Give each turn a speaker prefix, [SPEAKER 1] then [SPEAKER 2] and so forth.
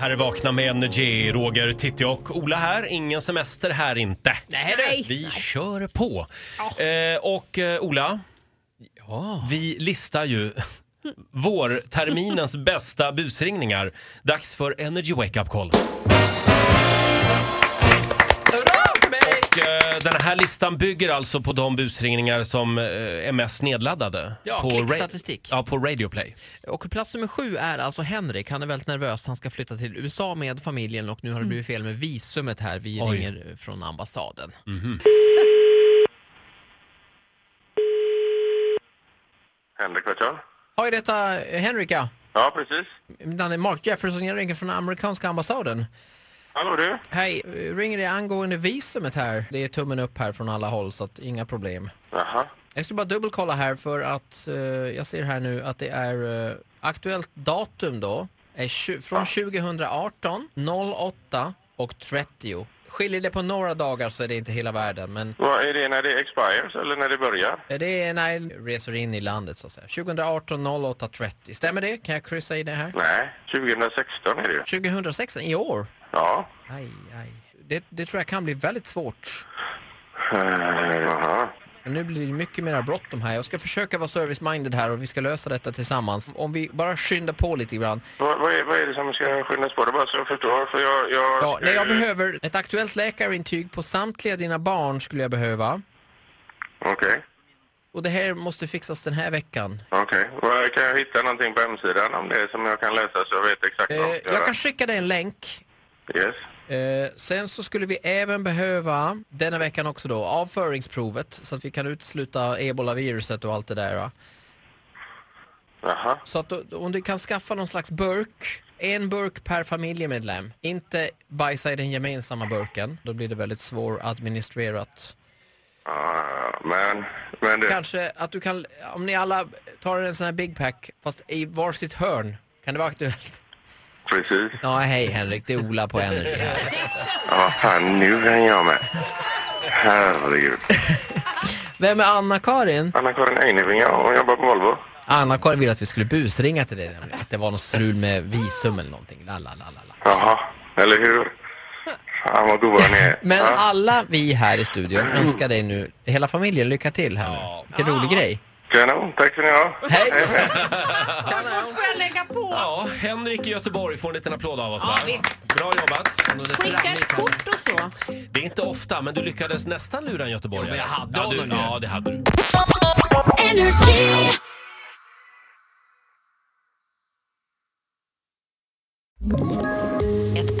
[SPEAKER 1] Här är Vakna med Energy, Roger, Titti och Ola här. Ingen semester här inte.
[SPEAKER 2] Nej du.
[SPEAKER 1] Vi kör på. Eh, och eh, Ola, vi listar ju vårterminens bästa busringningar. Dags för Energy Wake Up Call. Och, eh, Den här listan bygger alltså på de busringningar som eh, är mest nedladdade.
[SPEAKER 2] Ja,
[SPEAKER 1] på ra-
[SPEAKER 2] klickstatistik.
[SPEAKER 1] Ja, på Radio Play.
[SPEAKER 2] Och plats nummer sju är alltså Henrik. Han är väldigt nervös. Han ska flytta till USA med familjen och nu har det blivit fel med visumet här. Vi
[SPEAKER 1] Oj.
[SPEAKER 2] ringer från ambassaden.
[SPEAKER 3] Henrik vet jag.
[SPEAKER 2] Hej, detta är Henrik ja.
[SPEAKER 3] Ja, precis.
[SPEAKER 2] Mitt namn är Mark Jefferson. Jag ringer från amerikanska ambassaden.
[SPEAKER 3] Hallå du.
[SPEAKER 2] Hej, ringer det angående visumet här. Det är tummen upp här från alla håll så att inga problem.
[SPEAKER 3] Jaha.
[SPEAKER 2] Jag skulle bara dubbelkolla här för att eh, jag ser här nu att det är eh, aktuellt datum då. Är tju- från 2018, 08 och 30. Skiljer det på några dagar så är det inte hela världen men
[SPEAKER 3] Vad är det när det expires eller när det börjar?
[SPEAKER 2] eh, det är när jag reser in i landet så att säga. 2018, 08, 30. Stämmer det? Kan jag kryssa i det här?
[SPEAKER 3] Nej, 2016 är det ju.
[SPEAKER 2] 2016, i år?
[SPEAKER 3] Ja.
[SPEAKER 2] Aj, aj. Det, det tror jag kan bli väldigt svårt.
[SPEAKER 3] Eh, Jaha.
[SPEAKER 2] Men Nu blir det mycket mer bråttom här. Jag ska försöka vara service-minded här och vi ska lösa detta tillsammans. Om vi bara skyndar på lite grann.
[SPEAKER 3] Vad, vad, är, vad är det som ska skyndas på? Det är bara så jag förstår. För jag... jag
[SPEAKER 2] Ja, nej, jag
[SPEAKER 3] eh,
[SPEAKER 2] behöver ett aktuellt läkarintyg på samtliga dina barn skulle jag behöva.
[SPEAKER 3] Okej.
[SPEAKER 2] Och det här måste fixas den här veckan.
[SPEAKER 3] Okej. Vad- Kan jag hitta någonting på hemsidan om det som jag kan läsa så jag vet exakt
[SPEAKER 2] Eh,
[SPEAKER 3] vad jag ska
[SPEAKER 2] jag
[SPEAKER 3] göra?
[SPEAKER 2] kan skicka dig en länk.
[SPEAKER 3] Yes.
[SPEAKER 2] Eh, sen så skulle vi även behöva, denna veckan också då, avföringsprovet så att vi kan utesluta ebolaviruset och allt det där. Va?
[SPEAKER 3] Jaha.
[SPEAKER 2] Så att då- om du kan skaffa någon slags burk, en burk per familjemedlem, inte bajsa i den gemensamma burken, då blir det väldigt svåradministrerat.
[SPEAKER 3] Ja, men... Men du.
[SPEAKER 2] Kanske att du kan, om ni alla tar en sån här big pack, fast i varsitt hörn. Kan det vara aktuellt?
[SPEAKER 3] Precis.
[SPEAKER 2] Ja, hej Henrik, det är Ola på Energy här.
[SPEAKER 3] Ja, fan nu hänger jag med. Herregud.
[SPEAKER 2] Vem är Anna-Karin?
[SPEAKER 3] Anna-Karin Eineving, ja. Hon jobbar på Volvo.
[SPEAKER 2] Anna-Karin ville att vi skulle busringa till dig, nämligen, att det var något strul med visum eller någonting. La, la, la, la, la.
[SPEAKER 3] Jaha, eller hur? Fan vad goa ni är.
[SPEAKER 2] Men
[SPEAKER 3] ja,
[SPEAKER 2] alla vi här i studion önskar dig nu, hela familjen, lycka till här nu. Vilken rolig grej.
[SPEAKER 3] kanon, tack ska ni ha.
[SPEAKER 2] Hej!
[SPEAKER 4] Får jag lägga på?
[SPEAKER 1] Ja, Henrik i Göteborg får en liten applåd av oss
[SPEAKER 4] Ja,
[SPEAKER 1] va?
[SPEAKER 4] visst.
[SPEAKER 1] Bra jobbat.
[SPEAKER 4] Skicka ett kort och så.
[SPEAKER 1] Det är inte ofta, men du lyckades nästan lura en göteborgare.
[SPEAKER 2] Jo, men jag hade
[SPEAKER 1] ja, du,
[SPEAKER 2] honom ju.
[SPEAKER 1] ja, det hade du.
[SPEAKER 5] Ett